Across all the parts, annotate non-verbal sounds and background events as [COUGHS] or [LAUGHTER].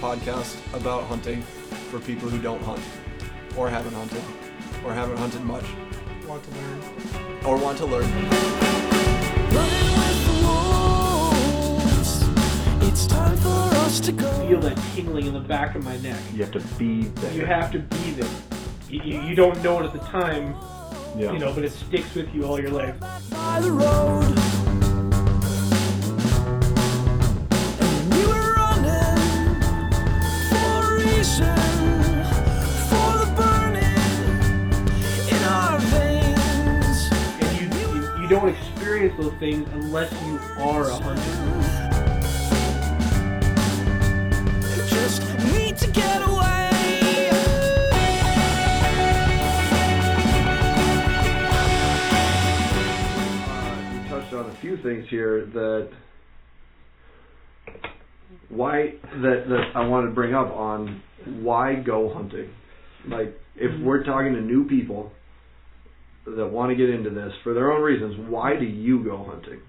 podcast about hunting for people who don't hunt or haven't hunted or haven't hunted much Want to learn? or want to learn. It's time for us to go. Feel that tingling in the back of my neck. You have to be there. You have to be there. You, you, you don't know it at the time, yeah. you know, but it sticks with you all your life. by the road. And we were running for a reason, for the burning in our veins. And you, you, you don't experience those things unless you are a hunter. Just need to get away. Uh, you touched on a few things here that why that that I want to bring up on why go hunting. Like Mm-hmm. if we're talking to new people that want to get into this for their own reasons, why do you go hunting?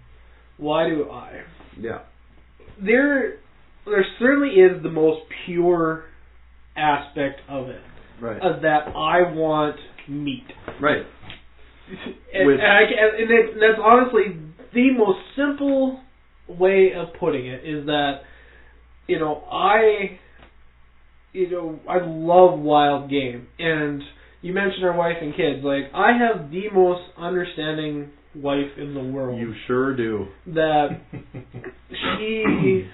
Why do I? Yeah. There, there certainly is the most pure aspect of it, Right. of that I want meat. right. And, With- and, I, and and that's- that's honestly the most simple way of putting it is that you know I you know I love wild game and you mentioned our wife and kids like I have the most understanding wife in the world You sure do. that she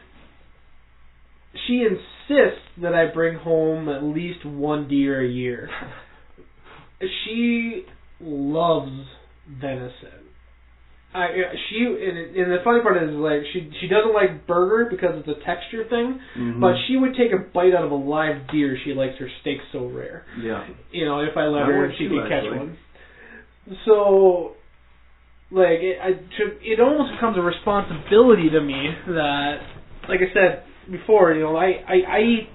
she insists that I bring home at least one deer a year. She loves venison. I she and, and the funny part is like she she doesn't like burger because it's a texture thing, Mm-hmm. but Mm. she would take a bite out of a live deer. She likes her steak so rare. Yeah. You know, if I let I her, would she too, could catch actually. one. So, like, it, I took, it almost becomes a responsibility to me that, like I said before, you know, I I, I eat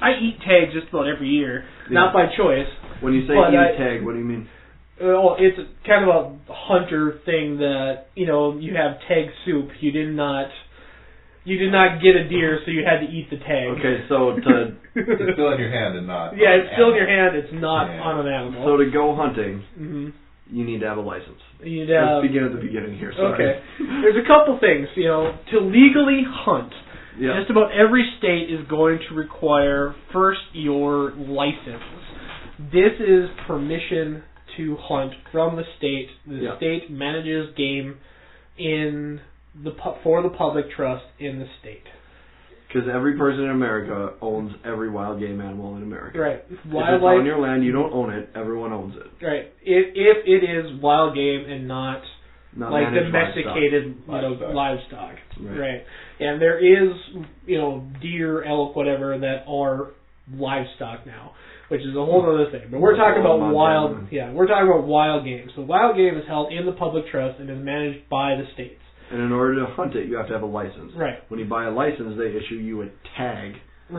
I eat tags just about every year, not by choice. When you say But eat I- tag, what do you mean? Well, it's kind of a hunter thing that you know you have tag soup. You did not, you did not get a deer, so you had to eat the tag. Okay, so to It's still in your hand and not. yeah, it's still in your hand. It's not Yeah. on an animal. so to go hunting, hmm you need to have a license. You'd Let's have begin at the beginning here. Sorry. um, Okay. There's a couple things, you know, to legally hunt. [LAUGHS] Yeah. Just about every state is going to require first your license. This is permission to hunt from the state. The Yeah. state manages game in the pu- for the public trust in the state. Because every person in America owns every wild game animal in America. Right. If it's on Wildlife. your land, you don't own it. Everyone owns it. Right. If, if it is wild game and not Not like managed domesticated you know Livestock. livestock right. Right. and there is you know deer elk whatever that are livestock now which is a whole other thing but we're talking Oh, about my wild God. yeah we're talking about wild game so wild game is held in the public trust and is managed by the states livestock. And in order to hunt it, you have to have a license. right When you buy a license, they issue you a tag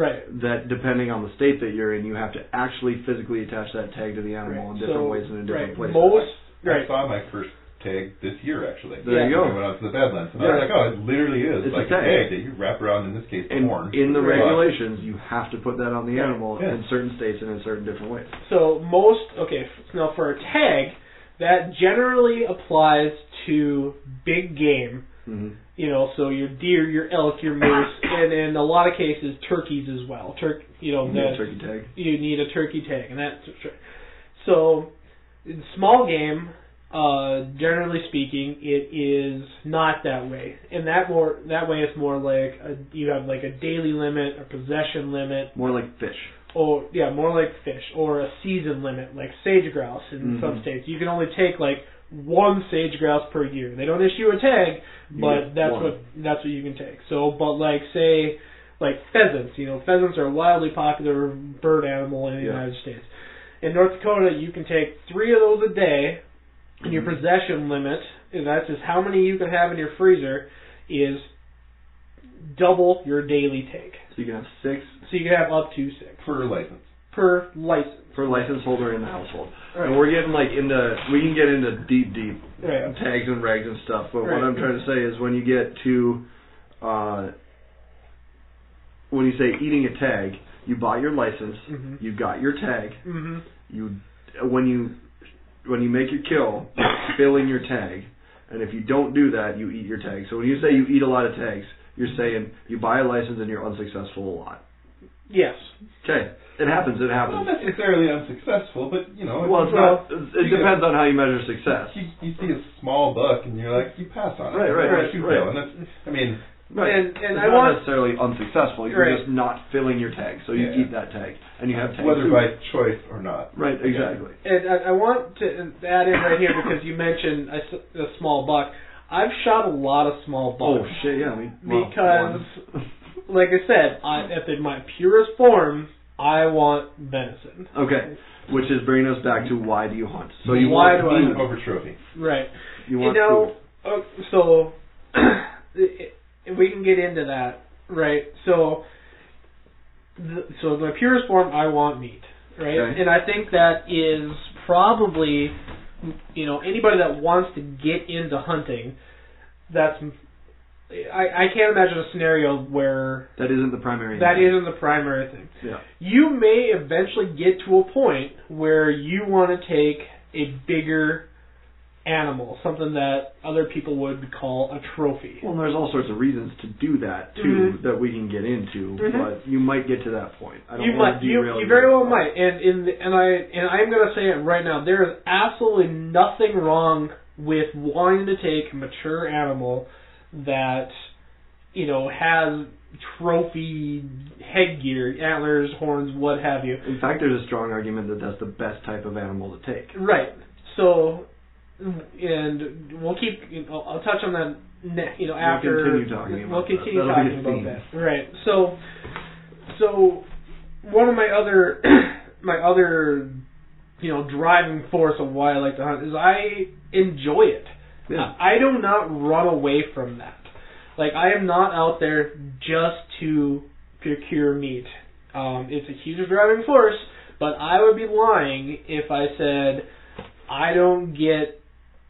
right that, depending on the state that you're in, you have to actually physically attach that tag to the animal right. in different so, ways and in different right. places. most I right saw my first tag this year actually. There you When I go. went out to the Badlands, and I Yeah. was like, oh, it literally is It's a like tag. that you wrap around in this case the And horn. in the But- regulations, you have to put that on the animal Yeah. in certain states and in certain different ways. So most okay f- now for a tag that generally applies to big game. Mhm. You know, so your deer, your elk, your [COUGHS] moose, and in a lot of cases turkeys as well. Turk, you know, You need that a turkey tag. you need a turkey tag, and that's so. In small game, uh, generally speaking, it is not that way. And that more that way, it's more like a, you have like a daily limit, a possession limit, More like fish. or yeah, more like fish, or a season limit, like sage grouse in some Mhm. states. You can only take like one sage grouse per year. They don't issue a tag, You but get that's one. what that's what you can take. So, but like say like pheasants, you know, pheasants are a wildly popular bird animal in the Yeah. United States. In North Dakota, you can take three of those a day, and Mm-hmm. your possession limit, and that's just how many you can have in your freezer, is double your daily take. So you can have six So you can have up to six For license. per license. per license holder in the household. Right. And we're getting like into we can get into deep, deep Right. tags and rags and stuff. But Right. what I'm trying to say is when you get to uh, when you say eating a tag, you bought your license, Mhm. you got your tag, Mm-hmm. you when you when you make your kill, you're filling your tag, and if you don't do that, you eat your tag. So when you say you eat a lot of tags, you're saying you buy a license and you're unsuccessful a lot. Yes. Okay, it happens. It Not happens. necessarily unsuccessful, but you know, Well, it's not. It depends on how you measure success. You, you see a small buck and you're like, you pass on it. Right, right, Or right, you right. fail, And that's, I mean, Right. And and it's I not want necessarily unsuccessful. You're Right. just not filling your tag, so you Yeah. eat that tag, and you have tag whether two. by choice or not. Right, exactly. and I, I want to add in right here because you mentioned a, s- a small buck. I've shot a lot of small Oh bucks. shit, yeah. We, Because- Like I said, I, if in my purest form, I want venison. [LAUGHS] okay, which is bringing us back to why do you hunt? So you Why want do I food. hunt? Over trophy. Right. You want you know, food. uh, so [CLEARS THROAT] it- it- we can get into that, right? So, the, so in my purest form, I want meat, right? Okay. And I think that is probably, you know, anybody that wants to get into hunting, that's. I, I can't imagine a scenario where That isn't the primary. that intent. isn't the primary thing. Yeah. You may eventually get to a point where you want to take a bigger animal, something that other people would call a trophy. Well, there's all sorts of reasons to do that too Mhm. that we can get into, Mhm. but you might get to that point. I don't You want might, to you, derail you very well but might, and in the, and I and I'm gonna say it right now. There is absolutely nothing wrong with wanting to take a mature animal that you know has trophy headgear, antlers, horns, what have you. In fact, there's a strong argument that that's the best type of animal to take. Right. So, and we'll keep. You know, I'll touch on that. Ne- you know, after continue talking about we'll that. continue That'll be talking a about theme. that. Right. So, so one of my other [CLEARS THROAT] my other you know driving force of why I like to hunt is I enjoy it. Yeah. I do not run away from that. Like I am not out there just to procure meat. Um, it's a huge driving force, but I would be lying if I said I don't get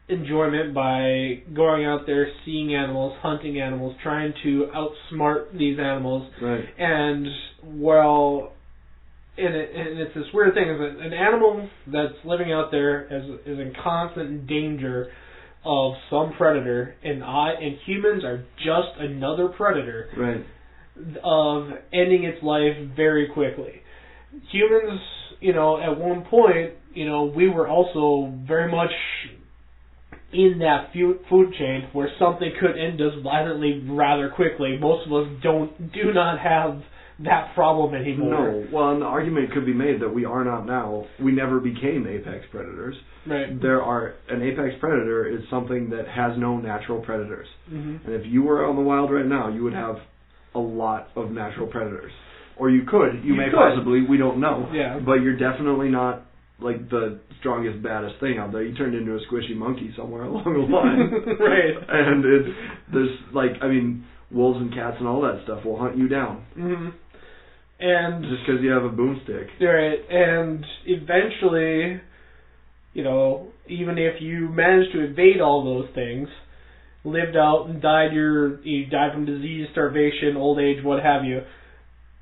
enjoyment by going out there seeing animals, hunting animals, trying to outsmart these animals Right. and well, and, it, and it's this weird thing is that an animal that's living out there is is in constant danger of some predator, and I and humans are just another predator Right. of ending its life very quickly. Humans, you know, at one point, you know, we were also very much in that fu- food chain where something could end us violently rather quickly. Most of us don't do not have that problem anymore. No. Well, an argument could be made that we are not now. We never became apex predators. Right. There are an apex predator is something that has no natural predators. hmm And if you were out in the wild right now, you would have a lot of natural predators. Or you could. You, You may could. possibly. We don't know. Yeah. But you're definitely not like the strongest, baddest thing out there. You turned into a squishy monkey somewhere [LAUGHS] along the line. [LAUGHS] Right. And it's there's like I mean wolves and cats and all that stuff will hunt you down hmm And just because you have a boomstick. Right, and eventually, you know, even if you managed to evade all those things, lived out and died your you died from disease, starvation, old age, what have you,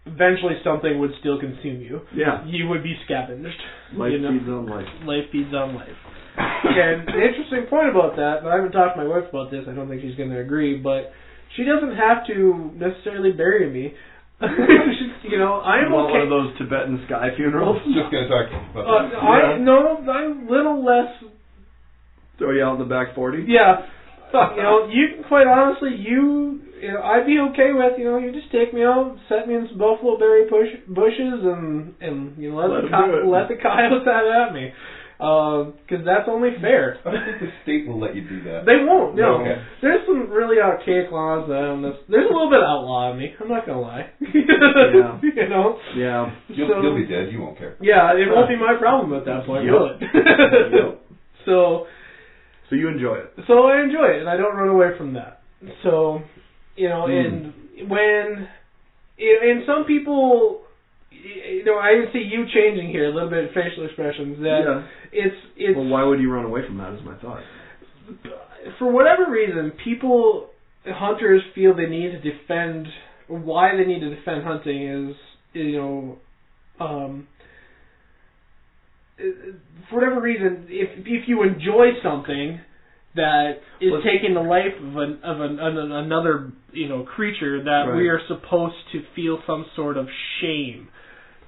eventually something would still consume you. Yeah. You would be scavenged. Life you know? feeds on life. life feeds on life. and an interesting point about that, and I haven't talked to my wife about this, I don't think she's going to agree, but she doesn't have to necessarily bury me. [LAUGHS] you know, I'm You want okay. one of those Tibetan sky [LAUGHS] funerals. Just gonna talk about Uh, that. I Yeah. no, I'm a little less. Throw you out in the back forty. Yeah, you know, you quite honestly, you, you know, I'd be okay with you know, you just take me out, set me in some buffalo berry push, bushes, and and you know, let, Let the 'em co- do it. let the coyotes out at me, because that's only fair. I don't think the state will let you do that. They won't. No, Okay. there's some really archaic laws that I'm. This, there's a little bit of outlaw in me. I'm not gonna lie. [LAUGHS] you know. Yeah. You'll, so, you'll be dead. You won't care. yeah, it won't be my problem at that point, Yep. will it? [LAUGHS] Yep. So. So you enjoy it. so I enjoy it, and I don't run away from that. So, you know, Mm. and when, and some people, you know, I even see you changing here a little bit in facial expressions. That yeah. it's it's Well, why would you run away from that? Is my thought. for whatever reason, people hunters feel they need to defend why they need to defend hunting is you know, um, for whatever reason, if if you enjoy something that is Well, taking the life of an of an, an, an- another you know creature, that we Right. are supposed to feel some sort of shame.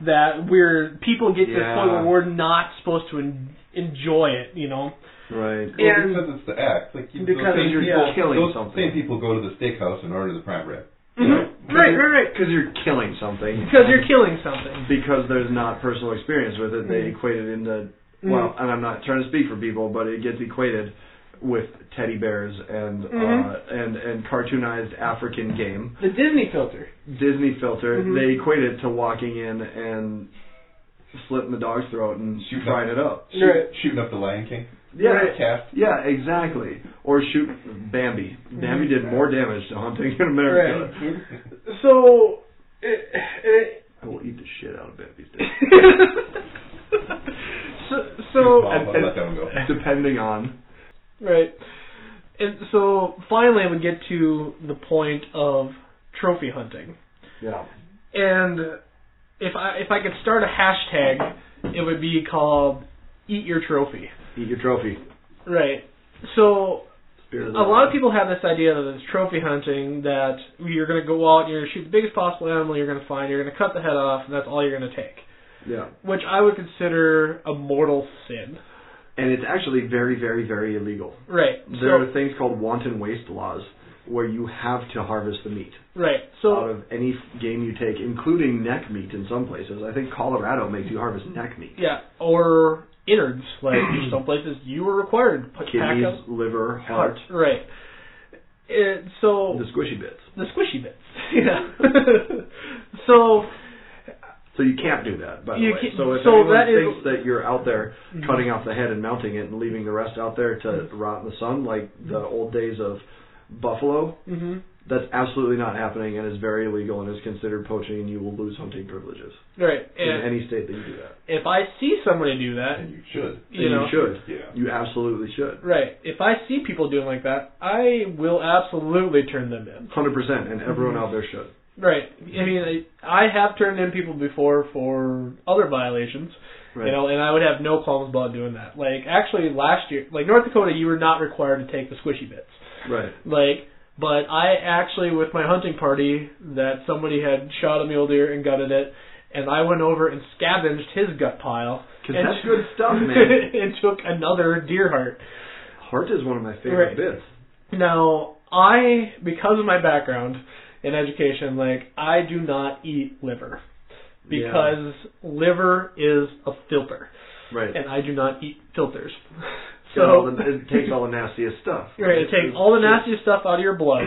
That we're people get to the point Yeah. where we're not supposed to en- enjoy it, you know. Right. Well, And- because it's the act. Like you, Because those same you're people, killing those something. same people go to the steakhouse and order the prime rib. Right, right, right. Because you're killing something. Because you're killing something. Because there's not personal experience with it, Mm. they equate it into well, and I'm not trying to speak for people, but it gets equated with teddy bears and Mhm. uh, and and cartoonized African game. the Disney filter. Disney filter, Mhm. they equate it to walking in and slitting the dog's throat and Shoot frying them. it up. Shoot, Right. Shooting up the Lion King. Yeah, Cast. yeah, exactly. Or shoot Bambi. Mm-hmm. Bambi did more damage to hunting in America. So, it, it, I will eat the shit out of Bambi's dick. [LAUGHS] so, so I'll let that one go. Depending on right, and so finally we get to the point of trophy hunting, yeah. and if I if I could start a hashtag, it would be called "Eat Your Trophy." Eat your trophy. Right. So Spirit A lot of people have this idea that it's trophy hunting that you're going to go out and you're going to shoot the biggest possible animal you're going to find, you're going to cut the head off, and that's all you're going to take. Yeah. Which I would consider a mortal sin. And it's actually very, very, very illegal. Right. There So, are things called wanton waste laws where you have to harvest the meat right. out So, of any f- game you take, including neck meat in some places. I think Colorado makes you harvest neck meat. yeah. Or innards. Like, some places you were required to put Kidneys, pack up. liver, heart, Right. It, so, the squishy bits. the squishy bits. Yeah. [LAUGHS] so, So you can't do that, by the You way. can't- so if so anyone that is- Mm-hmm. thinks that you're out there cutting off the head and mounting it and leaving the rest out there to rot in the sun, like the old days of buffalo, hmm that's absolutely not happening and is very illegal and is considered poaching, and you will lose hunting privileges right. in And any state that you do that. if I see somebody do that, And you should. you And know, you should. Yeah. You absolutely should. Right. If I see people doing like that, I will absolutely turn them in. Hundred percent, and everyone Mm-hmm. out there should. Right. I mean, I, I have turned in people before for other violations, Right. you know, and I would have no qualms about doing that. Like, actually, last year, like North Dakota, you were not required to take the squishy bits. Right. Like, but I actually, with my hunting party, that somebody had shot a mule deer and gutted it, and I went over and scavenged his gut pile. and- 'Cause [LAUGHS] that's good stuff, man. and took another deer heart. Heart is one of my favorite Right. bits. Now, I, because of my background in education, like, I do not eat liver. Because liver is a filter. Right. And I do not eat [LAUGHS] filters. Got all So, [LAUGHS] the- it takes all the nastiest stuff. right, it takes all the nastiest stuff out of your [CLEARS THROAT] blood.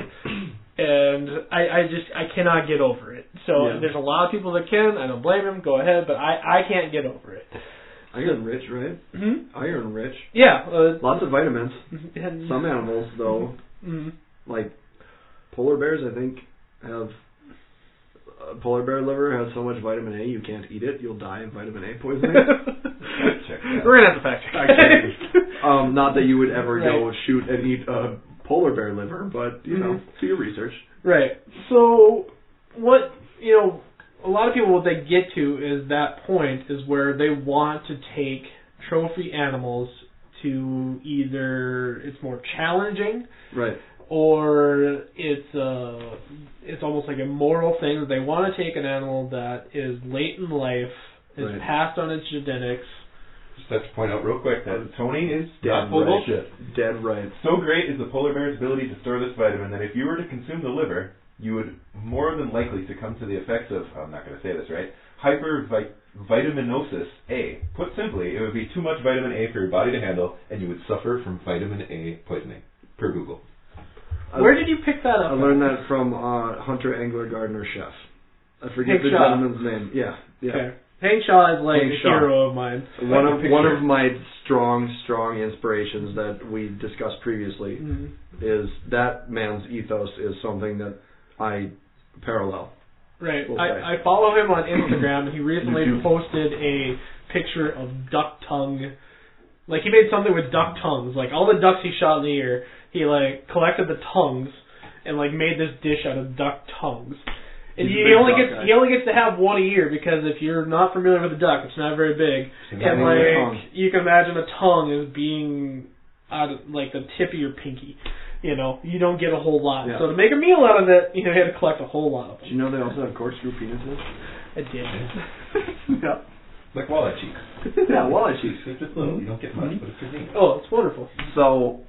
And I, I just, I cannot get over it. So, Yeah. there's a lot of people that can. I don't blame them. Go ahead. But I, I can't get over it. [LAUGHS] Iron rich, right? hmm Iron rich. Yeah. Uh, Lots of vitamins. and, [LAUGHS] Some animals, though, mm, like polar bears, I think have uh, polar bear liver has so much vitamin A you can't eat it. You'll die of vitamin [LAUGHS] A poisoning. that. We're gonna have to fact I check. [LAUGHS] can't. um, not that you would ever go Right. Mm-hmm. shoot and eat a polar bear liver, but you know, do your research. Right. So what you know, a lot of people what they get to is that point is where they want to take trophy animals to either it's more challenging Right. or it's uh it's almost like a moral thing that they want to take an animal that is late in life, is Right. passed on its genetics. Just have to point out real quick that Tony is Damn Uh, not full right. bullshit. Dead right. So great is the polar bear's ability to store this vitamin that if you were to consume the liver, you would more than likely succumb to the effects of, I'm not going to say this right, hypervitaminosis A. Put simply, it would be too much vitamin A for your body to handle, and you would suffer from vitamin A poisoning, per Google. I- Where did you pick that up? I learned that from uh, Hunter Angler Gardener Chef. I forget Hank the Shaw. gentleman's name. Yeah. Yeah. Okay. Hank Shaw is like Hank a Shaw. hero of mine. One of Picture. one of my strong, strong inspirations that we discussed previously Mhm. is that man's ethos is something that I parallel. Right. Little guy. I, I follow him on Instagram. He recently [CLEARS THROAT] You do. posted a picture of duck tongue. Like he made something with duck tongues. Like all the ducks he shot in the year, he like collected the tongues and like made this dish out of duck tongues. And He's a he, big only duck gets guy. he only gets to have one a year because if you're not familiar with a duck, it's not very big. And Imagine a tongue. like you can imagine a tongue as being out of like the tip of your pinky. You know, you don't get a whole lot. Yeah. So to make a meal out of it, you know, you had to collect a whole lot of Do them. you know they also have corkscrew penises? [LAUGHS] I did. yeah. like walleye cheeks. Yeah, wallet cheeks. They're just little. You don't get much, but it's convenient. [LAUGHS] Oh, it's wonderful. So,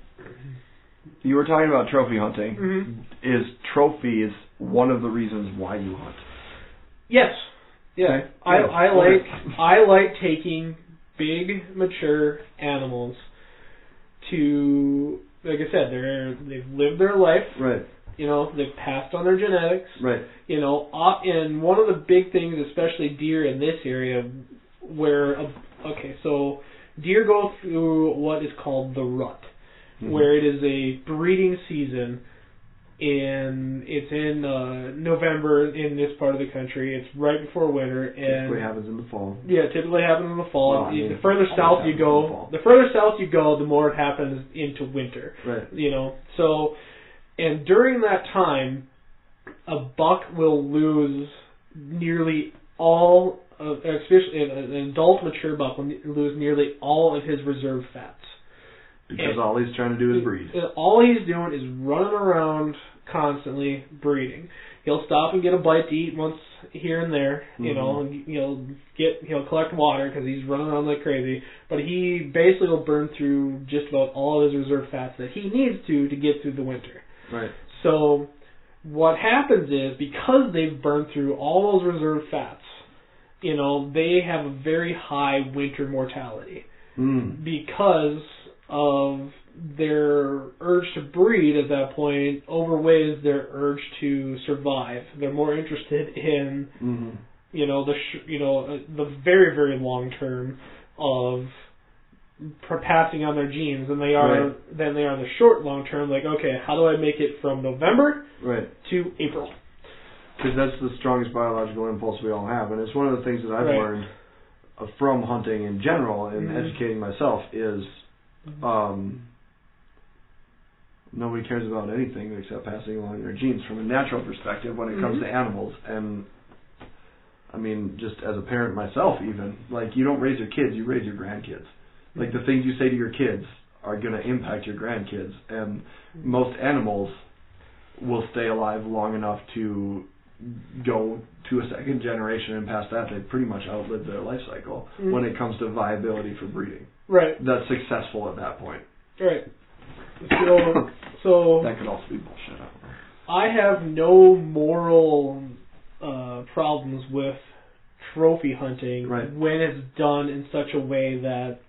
you were talking about trophy hunting. hmm Is trophies one of the reasons why you hunt? Yes. Yeah. Okay. I Good. I Okay. like I like taking big mature animals to like I said, they're they've lived their life, Right, you know, they've passed on their genetics, right. you know, uh, and one of the big things especially deer in this area where uh, okay, so deer go through what is called the rut Mm-hmm. where it is a breeding season and it's in uh, November in this part of the country. It's right before winter and Typically happens in the fall. yeah, it typically happens in the fall. Well, I mean, the further it always south happens you in the go, fall. the further south you go, the more it happens into winter Right. you know. So, and during that time, a buck will lose nearly all, of, especially an- an adult mature buck will ne- lose nearly all of his reserve fats. Because And- all he's trying to do is breed. Uh, All he's doing is running around constantly breeding. He'll stop and get a bite to eat once here and there, you know, and he'll get he'll collect water because he's running around like crazy. But he basically will burn through just about all of his reserve fats that he needs to to get through the winter. Right. So what happens is because they've burned through all those reserve fats, you know, they have a very high winter mortality Mm. because of their urge to breed at that point overweighs their urge to survive. They're more interested in hmm you know the sh- you know uh, the very very long term of per- passing on their genes than they are than they are the short long term. Like okay, how do I make it from November Right. to April? Because that's the strongest biological impulse we all have, and it's one of the things that I've Right. learned uh, from hunting in general and Mhm. educating myself is um, nobody cares about anything except passing along their genes from a natural perspective when it comes Mhm. to animals. And I mean, just as a parent myself, even like you don't raise your kids, you raise your grandkids. Like the things you say to your kids are going to impact your grandkids, and most animals will stay alive long enough to go to a second generation and past that they've pretty much outlived their life cycle Mhm. when it comes to viability for breeding Right, that's successful at that point right. So so that could also be bullshit I don't know. I have no moral uh, problems with trophy hunting Right. when it's done in such a way that,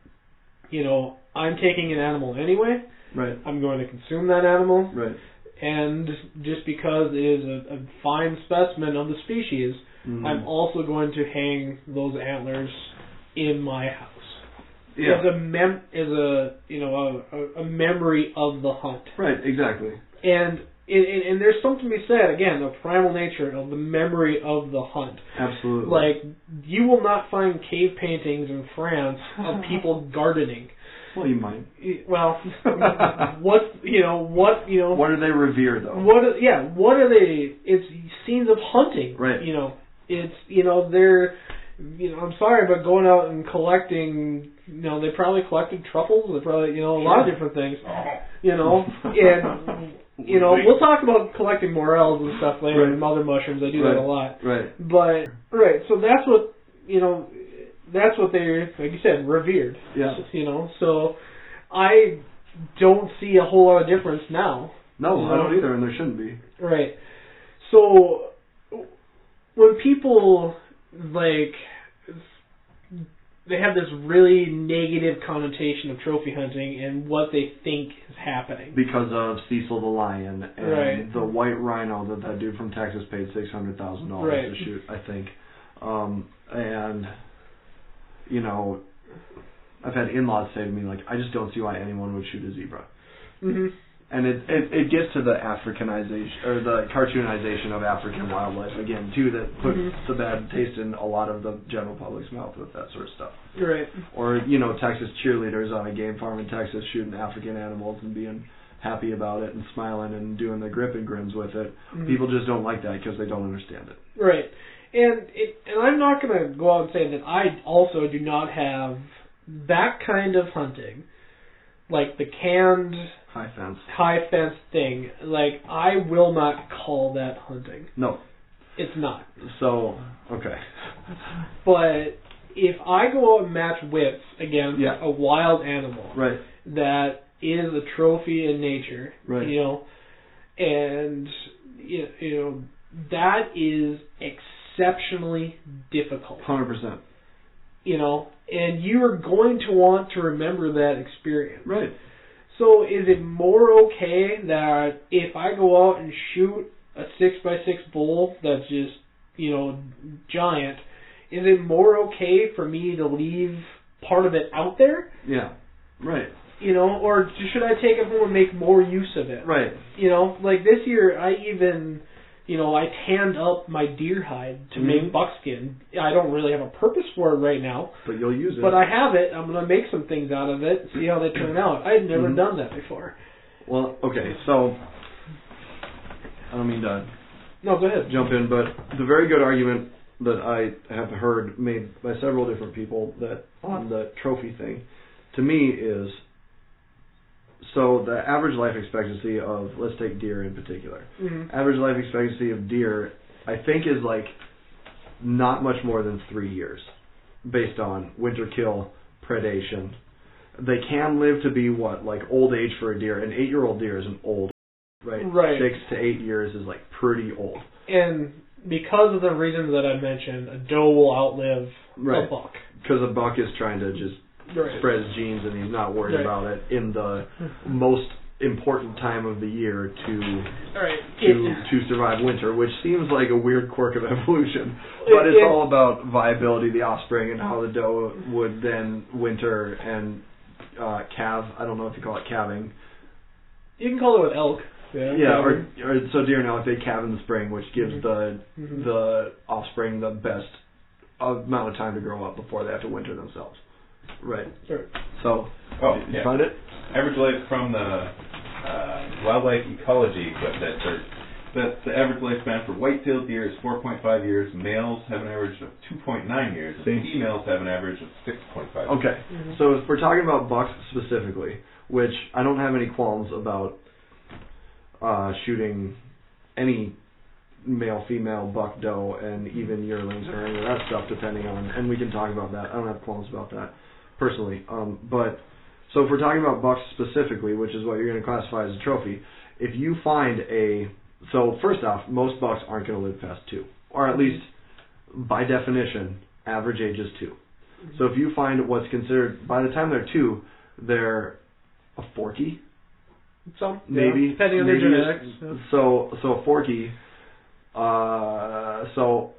you know, I'm taking an animal anyway. right I'm going to consume that animal, right and just because it is a, a fine specimen of the species, Mhm. I'm also going to hang those antlers in my house yeah as a mem as a you know a, a- a memory of the hunt. right exactly And and, and and there's something to be said again, the primal nature of the memory of the hunt. absolutely Like you will not find cave paintings in France of people gardening. well you might Y- Well, [LAUGHS] what you know, what you know, what do they revere though what are- yeah, what are they? It's scenes of hunting, Right. You know, it's you know they're you know I'm sorry, but going out and collecting, you know, they probably collected truffles, they probably you know a lot of Sure. different things, Oh. you know, [LAUGHS] and you know, we'll talk about collecting morels and stuff later Right. and mother mushrooms. I do that Right. a lot. right But right, so that's what you know that's what they're like you said, revered. Yeah. You know, so I don't see a whole lot of difference now. no i don't either and there shouldn't be Right. So when people like they have this really negative connotation of trophy hunting and what they think is happening. because of cecil the lion and Right. the white rhino that that dude from texas paid six hundred thousand Right. dollars to shoot i think um and you know I've had in-laws say to me like, "I just don't see why anyone would shoot a zebra." Mhm. and it, it it gets to the Africanization or the cartoonization of African wildlife again too that puts Mhm. the bad taste in a lot of the general public's mouth with that sort of stuff. You're right. Or you know Texas cheerleaders on a game farm in Texas shooting African animals and being happy about it and smiling and doing the grip and grins with it. Mhm. Mm-hmm. People just don't like that because they don't understand it. Right. And it, and I'm not going to go out and say that I also do not have that kind of hunting, like the canned High fence. high fence thing. Like I will not call that hunting. No. It's not. So okay. But if I go out and match whips against Yeah. a wild animal Right. that is a trophy in nature, Right. you know, and you you know that is exceptionally difficult. Hundred percent. you know, and you are going to want to remember that experience. Right. So is it more okay that if I go out and shoot a six by six bull that's just, you know, giant, is it more okay for me to leave part of it out there? Yeah. Right. You know, or should I take it home and make more use of it? Right. You know, like this year I even you know, I tanned up my deer hide to Mhm. make buckskin. I don't really have a purpose for it right now. But you'll use it. But I have it. I'm gonna make some things out of it. See how they turn out. I had never Mhm. done that before. Well, okay, so I don't mean to No, go ahead. jump in, but the very good argument that I have heard made by several different people that on the trophy thing, to me is so the average life expectancy of let's take deer in particular. Mhm. Average life expectancy of deer, I think, is like not much more than three years, based on winter kill, predation. They can live to be what like old age for a deer. An eight-year-old deer is an old, right? Right. Six to eight years is like pretty old. And because of the reasons that I mentioned, a doe will outlive a Right. buck. Because a buck is trying to just Right. [LAUGHS] spread his jeans and he's not worried Right. about it in the most important time of the year to All right. to to survive winter, which seems like a weird quirk of evolution. But It- it's it- all about viability of the offspring and how the doe would then winter and uh, calve. I don't know if you call it calving. you can call it an elk. Yeah, or, or so deer now if they calve in the spring, which gives the Mhm. the offspring the best amount of time to grow up before they have to winter themselves. Right. Right. So Oh, you yeah. found it? Average life from the uh, wildlife ecology website search. That's the average lifespan for white-tailed deer is 4.5 years. Males have an average of 2.9 years. See? And females have an average of 6.5. years. Okay. So if we're talking about bucks specifically, which I don't have any qualms about uh, shooting any male, female, buck, doe, and even yearlings or any of that stuff, depending on. And we can talk about that. I don't have qualms about that personally. Um, but so if we're talking about bucks specifically, which is what you're going to classify as a trophy, if you find a so first off, most bucks aren't going to live past two, or at least by definition, average age is two. So if you find what's considered by the time they're two, they're a forky, Some yeah, maybe depending on maybe their it's- genetics. yeah. So so a forky, uh, so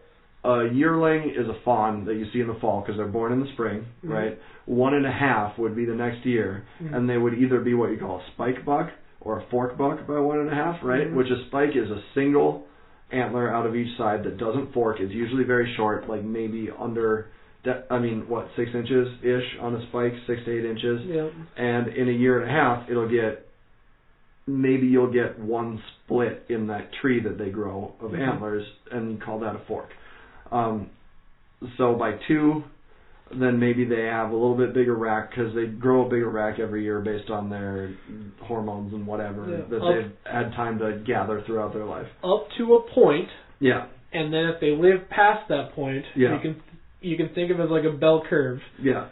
a yearling is a fawn that you see in the fall because they're born in the spring, Mhm. right? One and a half would be the next year, Mhm. Mm-hmm. and they would either be what you call a spike buck or a fork buck by one and a half, right? Mhm. Which a spike is a single antler out of each side that doesn't fork. It's usually very short, like maybe under. De- I mean, what six inches ish on a spike, six to eight inches Yeah. and in a year and a half it'll get maybe you'll get one split in that tree that they grow of Mhm. antlers and you call that a fork um, so by two then maybe they have a little bit bigger rack because they grow a bigger rack every year based on their hormones and whatever Yeah. that Oh. they've had time to gather throughout their life Up to a point, yeah and then if they live past that point, Yeah. you can you can think of it as like a bell curve. yeah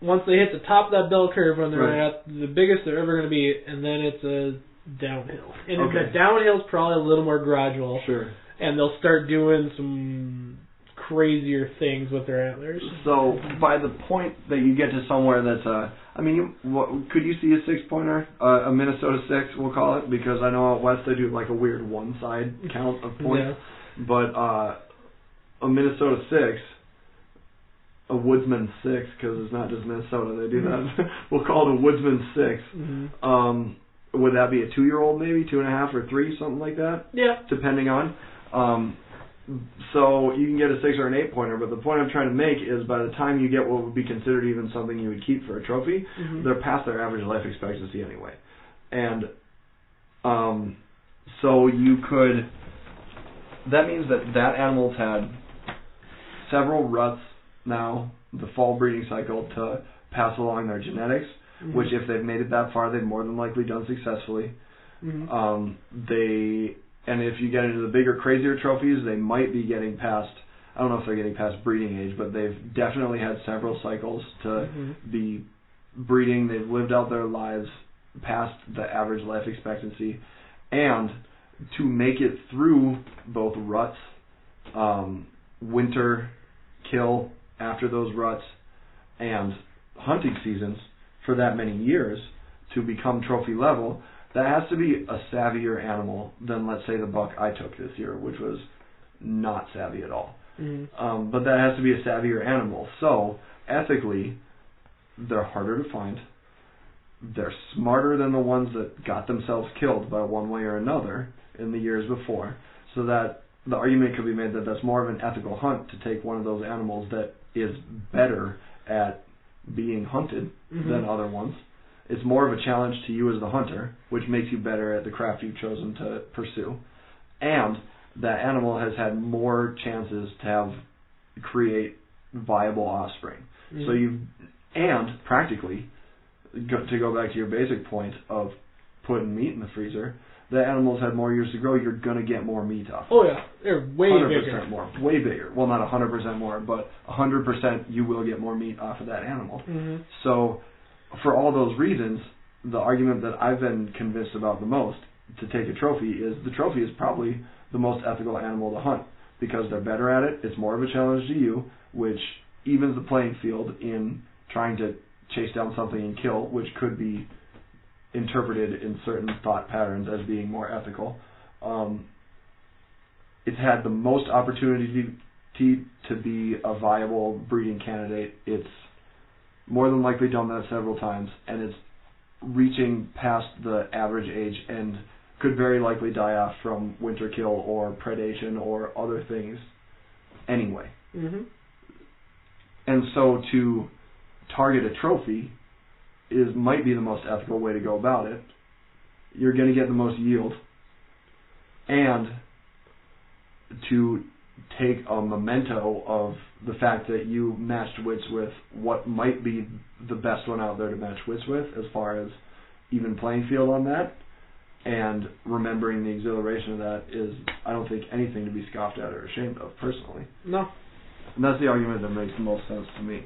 once they hit the top of that bell curve when they're Right. at the biggest they're ever going to be, and then it's a downhill. And Okay. the downhill's probably a little more gradual, sure and they'll start doing some crazier things with their antlers. so by the point that you get to somewhere that's a, I mean, you, what, could you see a six pointer, uh, a Minnesota six, we'll call it, because I know out west they do like a weird one side count of Yeah. points, but uh, a Minnesota six, a woodsman [LAUGHS] six, because it's not just Minnesota they do that. we'll call it a woodsman six hmm um, would that be a two year old maybe two and a half or three something like that Yeah. depending on. Um, so you can get a six or an eight pointer, but the point I'm trying to make is by the time you get what would be considered even something you would keep for a trophy, they're past their average life expectancy anyway. And um, so you could. That means that that animal's had several ruts now, the fall breeding cycle, to pass along their genetics, Mm-hmm. which if they've made it that far, they've more than likely done successfully. Mhm. Um, they and if you get into the bigger, crazier trophies, they might be getting past. I don't know if they're getting past breeding age, but they've definitely had several cycles to Mhm. be breeding. They've lived out their lives past the average life expectancy, and to make it through both ruts, um, winter, kill after those ruts, and hunting seasons for that many years to become trophy level, that has to be a savvier animal than, let's say, the buck I took this year, which was not savvy at all. Mhm. Um, but that has to be a savvier animal. So, ethically, they're harder to find. They're smarter than the ones that got themselves killed by one way or another in the years before. So that the argument could be made that that's more of an ethical hunt to take one of those animals that is better at being hunted than Mhm. other ones. It's more of a challenge to you as the hunter, which makes you better at the craft you've chosen to pursue. And that animal has had more chances to have create viable offspring. So Mhm. you and practically go, to go back to your basic point of putting meat in the freezer, the animals had more years to grow. You're gonna get more meat off. Oh yeah, they're way 100% bigger. more, way bigger. Well, not 100% more, but 100% you will get more meat off of that animal. Mhm. So, for all those reasons, the argument that I've been convinced about the most to take a trophy is the trophy is probably the most ethical animal to hunt because they're better at it. It's more of a challenge to you, which evens the playing field in trying to chase down something and kill, which could be interpreted in certain thought patterns as being more ethical. Um, it's had the most opportunity to, to be a viable breeding candidate. It's more than likely done that several times, and it's reaching past the average age and could very likely die off from winter kill or predation or other things anyway. Mhm. And so to target a trophy is might be the most ethical way to go about it. You're going to get the most yield and to take a memento of the fact that you matched wits with what might be the best one out there to match wits with as far as even playing field on that and remembering the exhilaration of that is I don't think anything to be scoffed at or ashamed of personally. No. And that's the argument that makes the most sense to me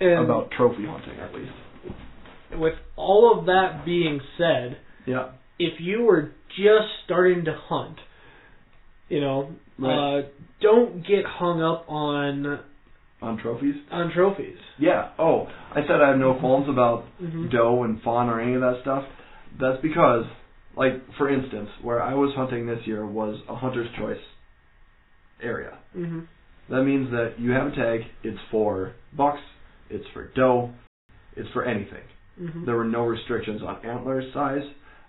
And about trophy hunting at least. with all of that being said, Yeah. if you were just starting to hunt, you know, Right. uh, don't get hung up on On trophies? on trophies. Yeah. Oh, I said I have no qualms about Mhm. doe and fawn or any of that stuff. That's because, like, for instance, where I was hunting this year was a hunter's choice area. Mhm. That means that you have a tag, it's for bucks, it's for doe, it's for anything. Mhm. There were no restrictions on antler size,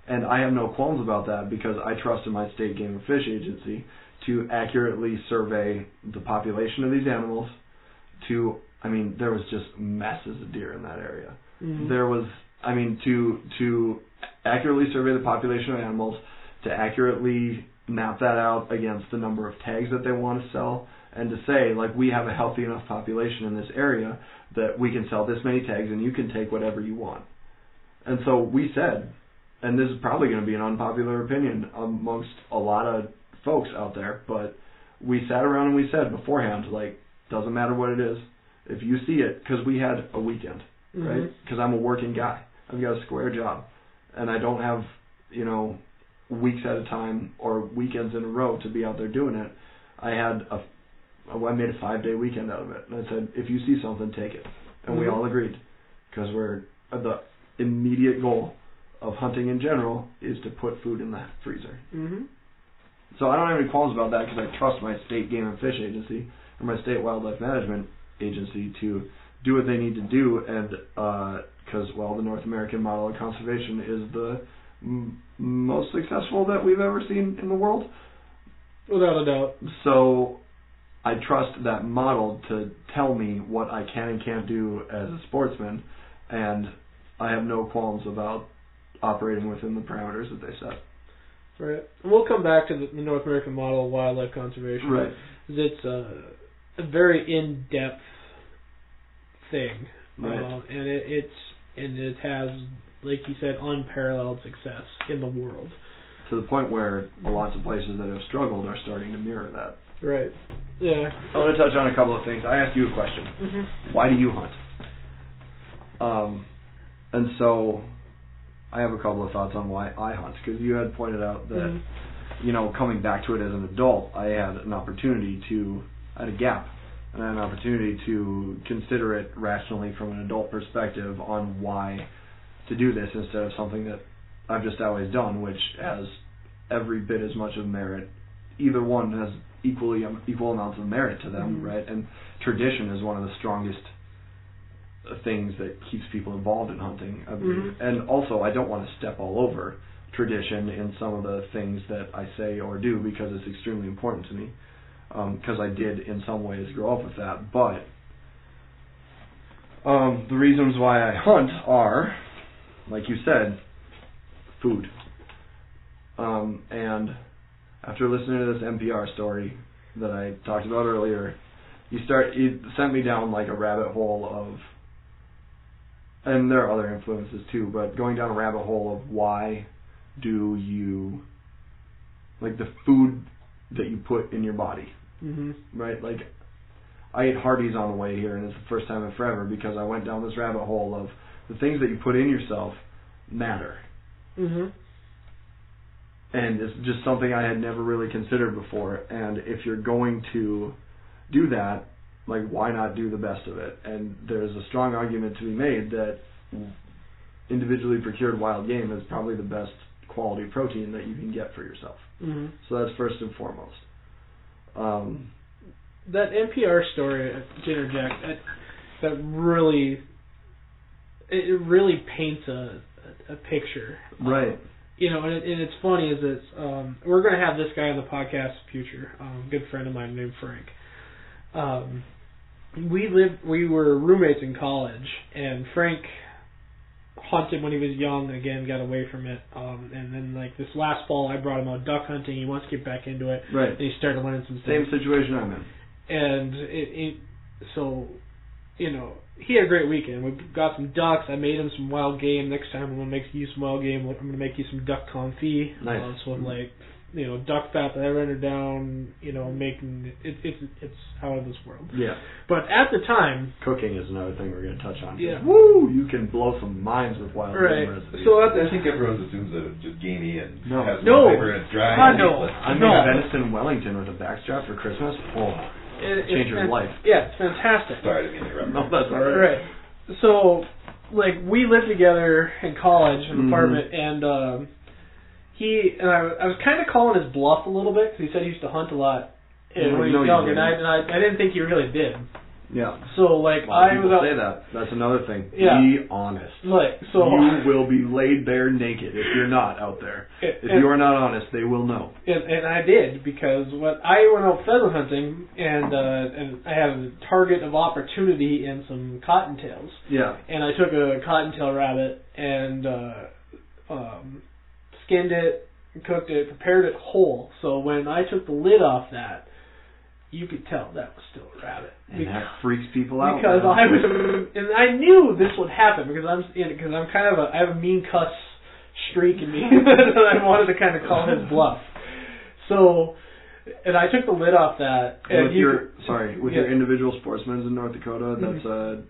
and I have no qualms about that because I trust in my state game and fish agency to accurately survey the population of these animals. To, I mean, there was just masses of deer in that area. Mhm. There was, I mean, to to accurately survey the population of animals, to accurately map that out against the number of tags that they want to sell, and to say like we have a healthy enough population in this area that we can sell this many tags and you can take whatever you want. And so we said, and this is probably going to be an unpopular opinion amongst a lot of folks out there, but we sat around and we said beforehand, like, doesn't matter what it is. If you see it, because we had a weekend, Mhm. right? Because I'm a working guy. I've got a square job. And I don't have, you know, weeks at a time or weekends in a row to be out there doing it. I had a, oh, I made a five day weekend out of it. And I said, if you see something, take it. And we Mhm. all agreed. Because we're, the immediate goal of hunting in general is to put food in the freezer. Mhm. So I don't have any qualms about that because I trust my state game and fish agency or my state wildlife management agency to do uh, what they need to do. And because well, the North American model of conservation is the m- most successful that we've ever seen in the world. Without a doubt. So I trust that model to tell me what I can and can't do as a sportsman, and I have no qualms about operating within the parameters that they set. Right. And we'll come back to the, the North American model of wildlife conservation. It's a, a very in depth thing. Right. Um, and it, it's and it has, like you said, unparalleled success in the world. To the point where lots of places that have struggled are starting to mirror that. Right. Yeah. I want to touch on a couple of things. I asked you a question. Mm-hmm. Why do you hunt? Um, and so I have a couple of thoughts on why I hunt because you had pointed out that Mm-hmm. you know, coming back to it as an adult, I had an opportunity to, I had a gap, and I had an opportunity to consider it rationally from an adult perspective on why to do this instead of something that I've just always done, which has every bit as much of merit. Either one has equally equal amounts of merit to them, Mhm. right? And tradition is one of the strongest uh, things that keeps people involved in hunting. I believe. Mhm. And also, I don't want to step all over tradition in some of the things that I say or do because it's extremely important to me. Because I did, in some ways, grow up with that. But um, the reasons why I hunt are, like you said, food. Um, and after listening to this NPR story that I talked about earlier, you start it sent me down like a rabbit hole of and there are other influences too, but going down a rabbit hole of why do you like the food that you put in your body, Mm-hmm. right? Like I ate Hardee's on the way here and it's the first time in forever because I went down this rabbit hole of the things that you put in yourself matter. Mm-hmm. and it's just something I had never really considered before. And if you're going to do that, like why not do the best of it? And there's a strong argument to be made that individually procured wild game is probably the best quality protein that you can get for yourself. Mm-hmm. So that's first and foremost. Um, that NPR story uh, to interject that that really it it really paints a a picture, right. you know. And, it, and it's funny is it's um, we're gonna have this guy on the podcast in the future, um, good friend of mine named Frank. Um, we lived we were roommates in college, and Frank hunted when he was young. Again, got away from it, um, and then like this last fall, I brought him out duck hunting. He wants to get back into it, Right. and he started learning some things Same situation I'm in. and it, it so you know he had a great weekend. We got some ducks. I made him some wild game. Next time I'm gonna make you some wild game. I'm gonna make you some duck confit. Nice. Uh, so I'm like you know duck fat that I rendered down. You know making it, it's it's out of this world. Yeah. But at the time, Cooking is another thing we're going to touch on. Yeah. Woo! You can blow some minds with wild Right. game recipes. So at the I think everyone assumes that it's just gamey and No. has No. paper and it's dry. Ah, and no. tasteless. I made No. venison Wellington with a backstrap for Christmas. Oh. [LAUGHS] it, it's Change your fan- life. Yeah, it's fantastic. Sorry, I didn't mean to No, interrupt. that's all right. Right. So, like, we lived together in college in an Mhm. apartment, and um, he and I, I was kind of calling his bluff a little bit because he said he used to hunt a lot and Yeah, when he was no, you young, and I, didn't. and I I didn't think he really did. Yeah. So, like, A lot of I was people out, say that. That's another thing. Yeah. Be honest. like, so you will be laid bare naked if you're not out there. If [LAUGHS] and- you are not honest, they will know. And, and I did because when I went out pheasant hunting and uh, and I had a target of opportunity and some cottontails. Yeah. and I took a cottontail rabbit and uh, um, skinned it, cooked it, prepared it whole. So when I took the lid off that, you could tell that was still a rabbit And because, that freaks people out. because man. I [LAUGHS] was and I knew this would happen because I'm because I'm kind of a I have a mean cuss streak in me [LAUGHS] that I wanted to kind of call his bluff. So. And I took the lid off that. And And with you your could- sorry, with yeah. Mm-hmm. your individual sportsmen in North Dakota, that's a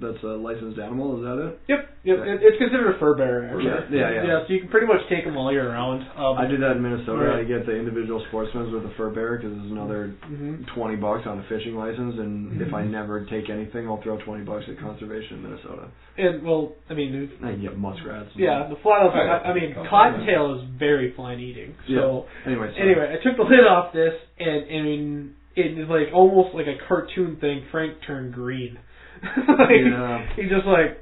that's a licensed animal. Is that it? Yep, yep. It, it's considered a fur bearer. Actually. Fur bearer, yeah, yeah. so you can pretty much take them all year round. Um, I did that in Minnesota. Right. I get the individual sportsmen with a fur bearer because it's another hmm twenty bucks on a fishing license, and if I Mhm. never take anything, I'll throw twenty bucks at conservation in Minnesota. And well, I mean, And I can get muskrats. and- yeah, the flat out. Right. I, I mean, cottontail is very fine eating. So Anyway. Sorry. anyway, I took the lid off this, and I mean, it is like almost like a cartoon thing. Frank turned green. [LAUGHS] like, Yeah. He's just like,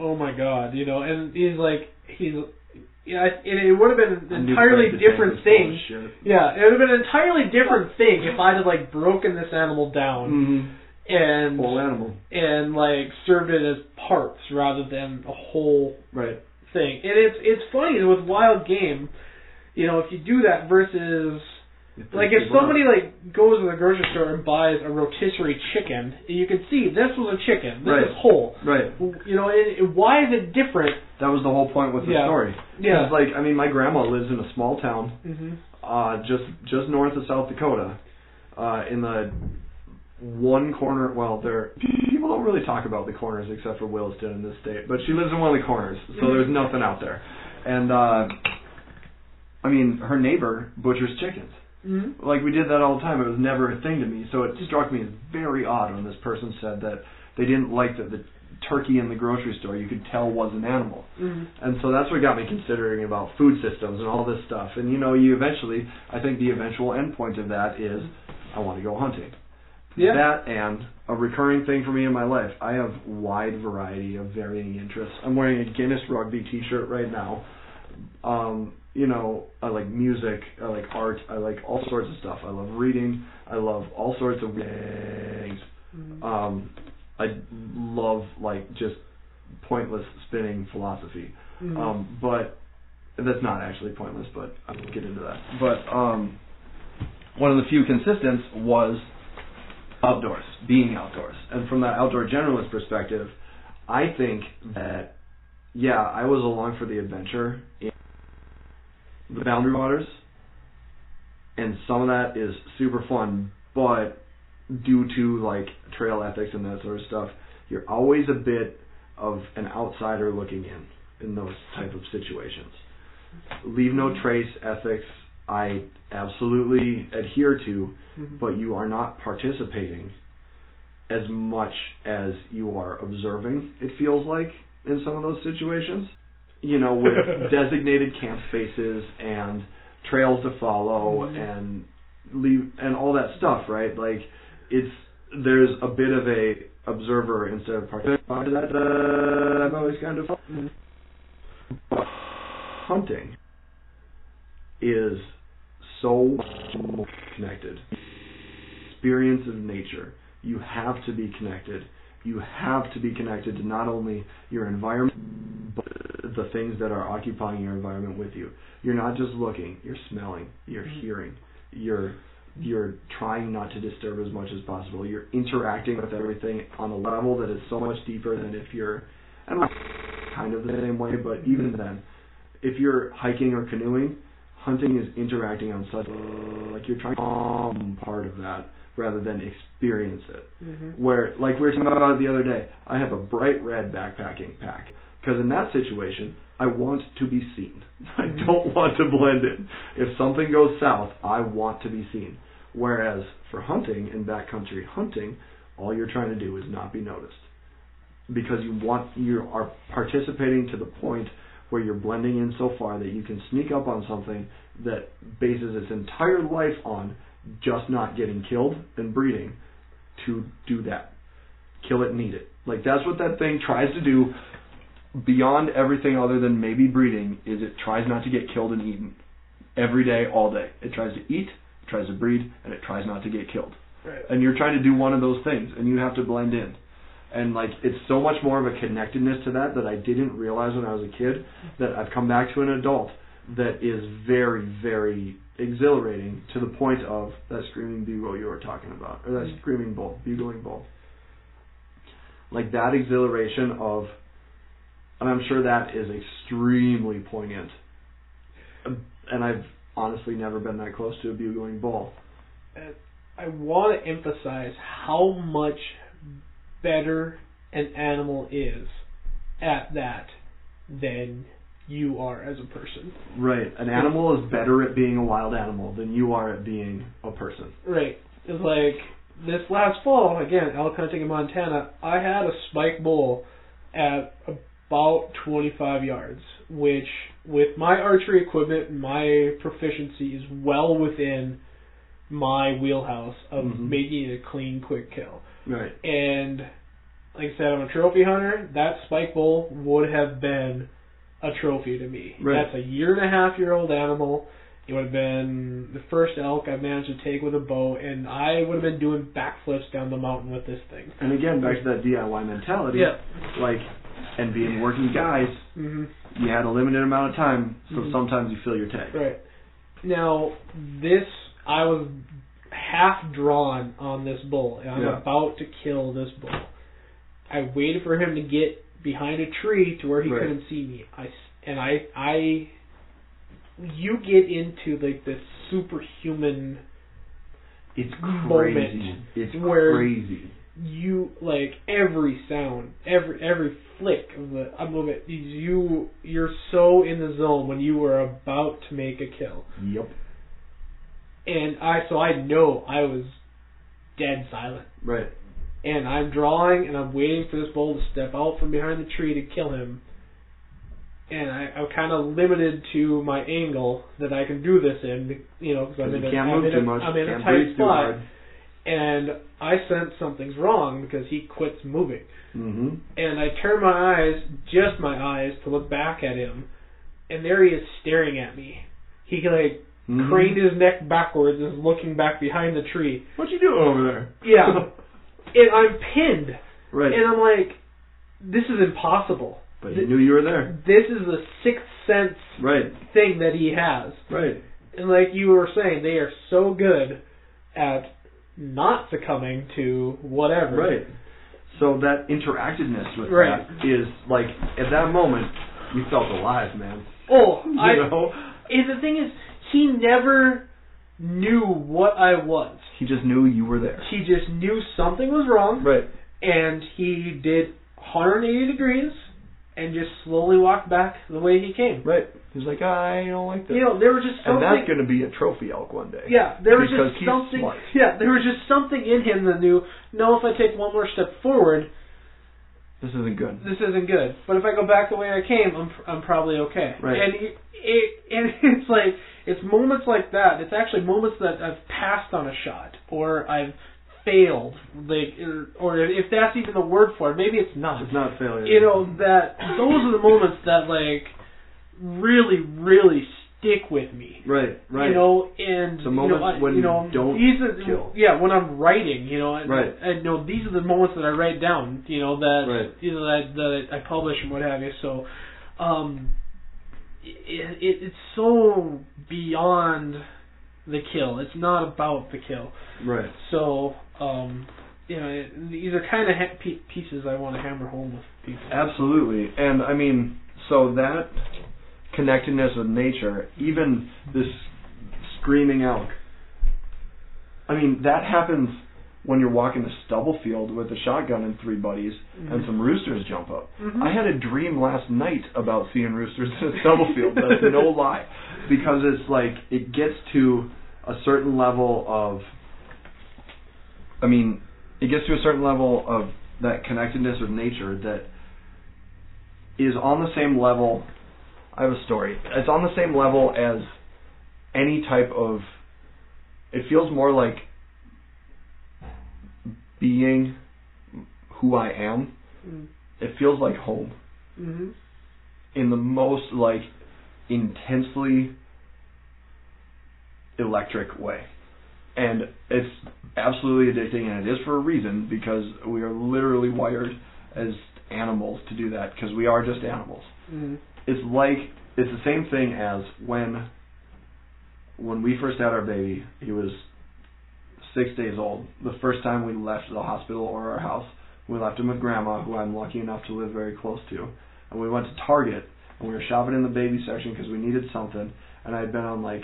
oh my god, you know, and he's like, he's yeah, it, it would have been I an knew entirely Frank the different Tank was full thing. of shit. Yeah, it would have been an entirely different thing if I'd have like broken this animal down Mhm. and Whole animal, and like served it as parts rather than a whole right? thing. And it's it's funny with wild game, you know, if you do that versus like if somebody like goes to the grocery store and buys a rotisserie chicken, you can see this was a chicken. This Right. is whole. right, You know, it, it- why is it different? that was the whole point with the Yeah. story. 'Cause, Yeah. like I mean, my grandma lives in a small town hmm uh, just just north of South Dakota, uh, in the one corner. Well, there people don't really talk about the corners except for Williston in this state, but she lives in one of the corners, so there's nothing out there. And uh, I mean, her neighbor butchers chickens. hmm Like we did that all the time. It was never a thing to me, so it struck me as very odd when this person said that they didn't like that the turkey in the grocery store you could tell was an animal. hmm And so that's what got me considering about food systems and all this stuff. And you know, you eventually, I think the eventual endpoint of that is, I want to go hunting. Yeah. That and a recurring thing for me in my life. I have wide variety of varying interests. I'm wearing a Guinness rugby T-shirt right now. Um, you know, I like music. I like art. I like all sorts of stuff. I love reading. I love all sorts of things. Um, I love like just pointless spinning philosophy. Mhm. Um, but that's not actually pointless, but I'll get into that. But um, one of the few consistents was outdoors, being outdoors. And from that outdoor generalist perspective, I think that, yeah, I was along for the adventure in the boundary waters, and some of that is super fun, but due to like trail ethics and that sort of stuff, you're always a bit of an outsider looking in in those type of situations. Leave no trace ethics I absolutely adhere to, Mhm. but you are not participating as much as you are observing, it feels like, in some of those situations. You know, with designated camp spaces and trails to follow Mhm. and leave and all that stuff, right? Like it's there's a bit of a observer instead of participant that uh, I've always kind of felt. Mhm. But hunting is so much more connected. Experience of nature. You have to be connected. You have to be connected to not only your environment, but the things that are occupying your environment with you. You're not just looking. You're smelling. You're Mhm. hearing. You're you're trying not to disturb as much as possible. You're interacting with everything on a level that is so much deeper than if you're, and like, kind of the same way, but even then, if you're hiking or canoeing, hunting is interacting on such, like you're trying to become part of that rather than experience it Mhm. where like we were talking about the other day, I have a bright red backpacking pack because in that situation, I want to be seen. [LAUGHS] I don't want to blend in. If something goes south, I want to be seen. Whereas for hunting and backcountry hunting, all you're trying to do is not be noticed because you want you are participating to the point where you're blending in so far that you can sneak up on something that bases its entire life on just not getting killed and breeding to do that. Kill it and eat it. Like that's what that thing tries to do beyond everything other than maybe breeding is it tries not to get killed and eaten. Every day, all day. It tries to eat, it tries to breed, and it tries not to get killed. Right. And you're trying to do one of those things and you have to blend in. And like it's so much more of a connectedness to that that I didn't realize when I was a kid that I've come back to an adult that is very, very exhilarating to the point of that screaming bugle you were talking about, or that Mhm. screaming bull, bugling bull. Like that exhilaration of, and I'm sure that is extremely poignant. Um, And I've honestly never been that close to a bugling bull. I want to emphasize how much better an animal is at that than you are as a person. Right. An animal is better at being a wild animal than you are at being a person. Right. It's like this last fall, again, elk hunting in Montana, I had a spike bull at about 25 yards, which with my archery equipment, my proficiency is well within my wheelhouse of Mhm. making a clean, quick kill. Right. And like I said, I'm a trophy hunter. That spike bull would have been a trophy to me. Right. That's a year and a half year old animal. It would have been the first elk I managed to take with a bow, and I would have been doing backflips down the mountain with this thing. And again, back to that DIY mentality. Yeah. Like, and being working guys, hmm you had a limited amount of time, so Mhm. sometimes you fill your tank. Right. Now, this, I was half drawn on this bull, and I'm Yeah. about to kill this bull. I waited for him to get behind a tree to where he Right. couldn't see me. I, s- and I, I, you get into like this superhuman, It's Moment. crazy. It's Where- crazy. you like every sound, every, every flick of the, I'm of it, you, you're so in the zone when you are about to make a kill. Yep. and I so I know I was dead silent. Right. And I'm drawing and I'm waiting for this bull to step out from behind the tree to kill him. And I, I'm kind of limited to my angle that I can do this in, you know, because I'm 'Cause in you a, can't I'm move in too a- much. I'm in can't a tight breathe too spot, hard. and I sense something's wrong because he quits moving. Mm-hmm. And I turn my eyes, just my eyes, to look back at him, and there he is staring at me. He like Mm-hmm. craned his neck backwards and is looking back behind the tree. What you doing over there? Yeah. and I'm pinned. [LAUGHS] right. And I'm like, this is impossible. but he knew you were there. This is the sixth sense Right. thing that he has. Right. And like you were saying, they are so good at not succumbing to whatever. Right. So that interactiveness with Right. that is like at that moment we felt alive, man. Oh, You I. know, And the thing is, he never knew what I was. he just knew you were there. He just knew something was wrong, Right. and he did 180 degrees and just slowly walked back the way he came. Right. He's like, I don't like that. You know, there was just and something. that's going to be a trophy elk one day. Yeah, there was Because just he's something. smart. Yeah, there was just something in him that knew. No, if I take one more step forward, This isn't good. this isn't good. But if I go back the way I came, I'm I'm probably okay. Right. And it, it and [LAUGHS] it's like it's moments like that. It's actually moments that I've passed on a shot or I've failed, like or, or if that's even the word for it, maybe it's not. It's not failure. You know that those are the moments that like really really stick with me. Right. Right. You know, and The you moments know, I- when you know, you don't these are, kill. Yeah, when I'm writing, you know, and, Right. and, you know, these are the moments that I write down. You know that Right. you know that that I publish and what have you. So, um, it, it it's so beyond the kill. It's not about the kill. Right. So, um, you know, it, these are kind of ha- pe- pieces I want to hammer home with people. Absolutely. And I mean, so that connectedness with nature, even this screaming elk. I mean, that happens when you're walking a stubble field with a shotgun and three buddies Mm-hmm. and some roosters jump up. Mhm. I had a dream last night about seeing roosters [LAUGHS] in a stubble field. That's no lie. Because it's like it gets to a certain level of I mean, it gets to a certain level of that connectedness with nature that is on the same level. I have a story. It's on the same level as any type of. It feels more like being who I am. Mm. It feels like home hmm in the most like intensely electric way. And it's absolutely addicting and it is for a reason because we are literally wired as animals to do that because we are just animals. hmm It's like it's the same thing as when when we first had our baby, he was 6 days old. The first time we left the hospital or our house, we left him with grandma who I'm lucky enough to live very close to and we went to Target and we were shopping in the baby section because we needed something and I had been on like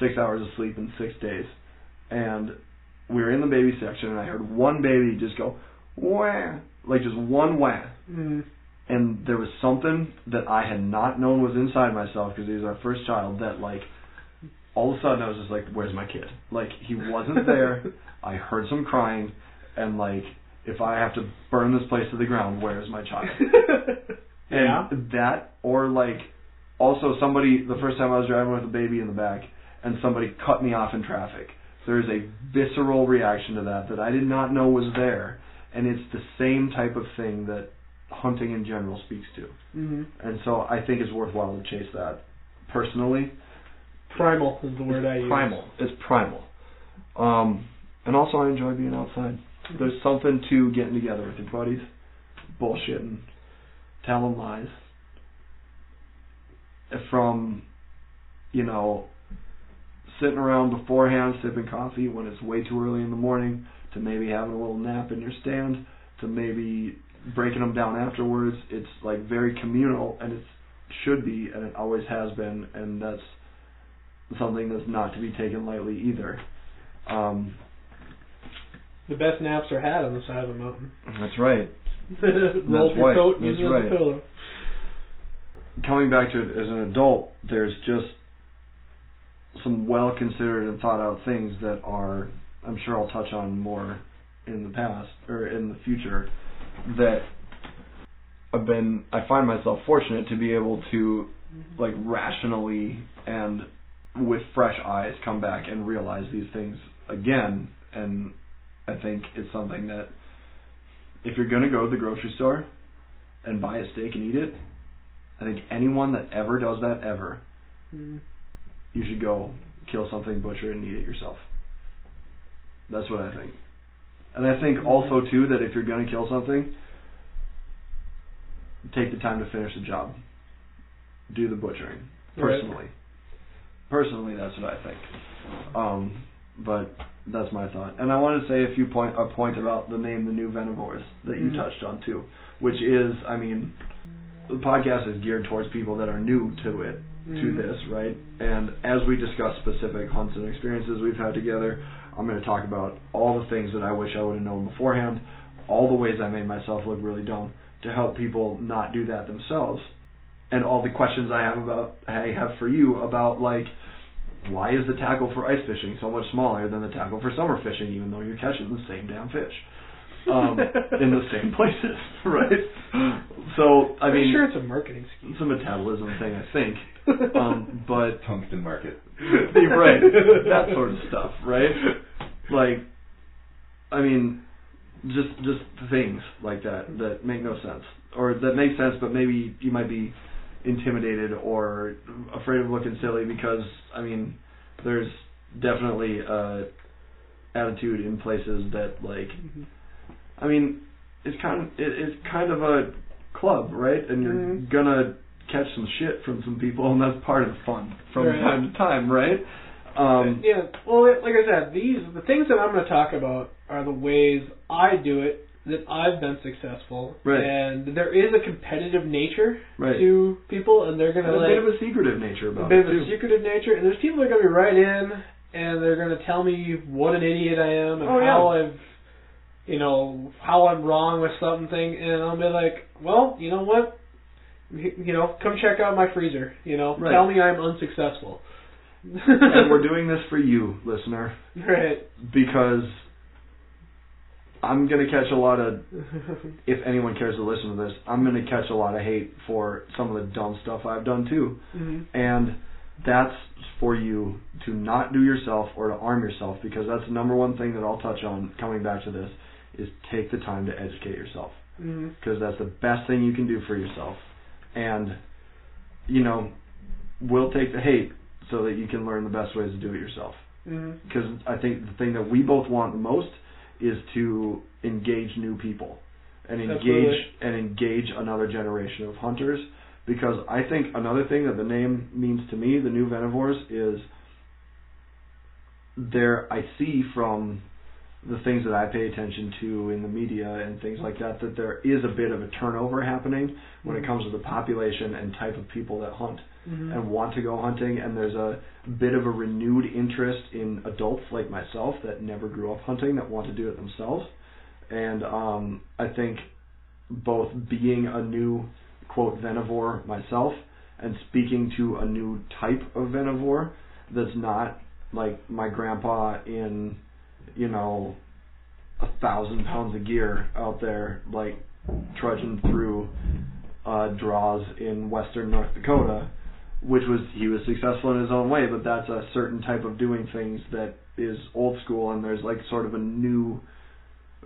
six hours of sleep in six days and we were in the baby section and I heard one baby just go wah like just one wah hmm and there was something that I had not known was inside myself because he was our first child that like all of a sudden I was just like where's my kid like he wasn't there I heard some crying and like if I have to burn this place to the ground where's my child and Yeah. that, or like, also somebody, the first time I was driving with a baby in the back, and somebody cut me off in traffic. There is a visceral reaction to that that I did not know was there. And it's the same type of thing that hunting in general speaks to. [LAUGHS] Mm-hmm. And so I think it's worthwhile to chase that personally. Primal is the word I use. primal. It's primal. Um, and also, I enjoy being outside. There's something to getting together with your buddies, bullshitting, telling lies. From, you know, sitting around beforehand sipping coffee when it's way too early in the morning, to maybe having a little nap in your stand, to maybe breaking them down afterwards. It's like very communal, and it should be, and it always has been, and that's something that's not to be taken lightly either. Um, The best naps are had on the side of a [LAUGHS] mountain. That's right. Roll up your right. coat and That's use it as a right. pillow. coming back to it as an adult, there's just some well considered and thought out things that are, I'm sure I'll touch on more in the past or in the future. That I've been. I find myself fortunate to be able to, like, Rationally and with fresh eyes, come back and realize these things again. And I think it's something that if you're going to go to the grocery store and buy a steak and eat it, I think anyone that ever does that ever Mhm. Mm-hmm. you should go kill something, butcher it, and eat it yourself. That's what I think. And I think also too that if you're gonna kill something, take the time to finish the job. Do the butchering Right. personally. Personally, that's what I think. Um, but that's my thought. And I want to say a few point a point about the name the new Venivores that you Mhm. touched on too, which is I mean, the podcast is geared towards people that are new to it to Mhm. this, right? And as we discuss specific hunts and experiences we've had together, I'm going to talk about all the things that I wish I would have known beforehand, all the ways I made myself look really dumb to help people not do that themselves, and all the questions I have about I have for you about like why is the tackle for ice fishing so much smaller than the tackle for summer fishing, even though you're catching the same damn fish Mm-hmm. [LAUGHS] um, in the same places, [LAUGHS] right? So I Pretty mean, sure it's a marketing scheme. it's a metabolism thing, I think [LAUGHS] um, but Tungsten market. you're right, that sort of stuff, right? Like, I mean, just just things like that that make no sense, or that make sense, but maybe you might be intimidated or afraid of looking silly because I mean, there's definitely a attitude in places that like, Mhm. I mean, it's kind of it, it's kind of a club, right? And you're Mhm. gonna catch some shit from some people, and that's part of the fun from Right. time to time, right? Um, Yeah, well, li- like I said, these the things that I'm going to talk about are the ways I do it that I've been successful, Right. and there is a competitive nature right. to people, and they're going And to a bit of like a secretive nature a about bit it of too. a secretive nature, and there's people that are going to be right in, and they're going to tell me what an idiot I am and Oh, yeah. how I've, you know, how I'm wrong with something, and I'll be like, well, you know what, you know, come check out my freezer, you know, Right. tell me I'm unsuccessful. [LAUGHS] and we're doing this for you, listener, right. because I'm gonna catch a lot of. Mm-hmm. If anyone cares to listen to this, I'm gonna catch a lot of hate for some of the dumb stuff I've done too. Mhm. and that's for you to not do yourself or to arm yourself because that's the number one thing that I'll touch on coming back to this is take the time to educate yourself Mm-hmm. because that's the best thing you can do for yourself and you know we'll take the hate so that you can learn the best ways to do it yourself Mm-hmm. because I think the thing that we both want the most is to engage new people and engage Absolutely. and engage another generation of hunters because I think another thing that the name means to me, the new Venivores, is there I see from the things that I pay attention to in the media and things like that that there is a bit of a turnover happening when it comes to the population and type of people that hunt Mm-hmm. and want to go hunting and there's a bit of a renewed interest in adults like myself that never grew up hunting that want to do it themselves and um i think both being a new quote venivore myself and speaking to a new type of venivore that's not like my grandpa in you know a thousand pounds of gear out there like trudging through uh draws in western north dakota which was he was successful in his own way, but that's a certain type of doing things that is old school, and there's like sort of a new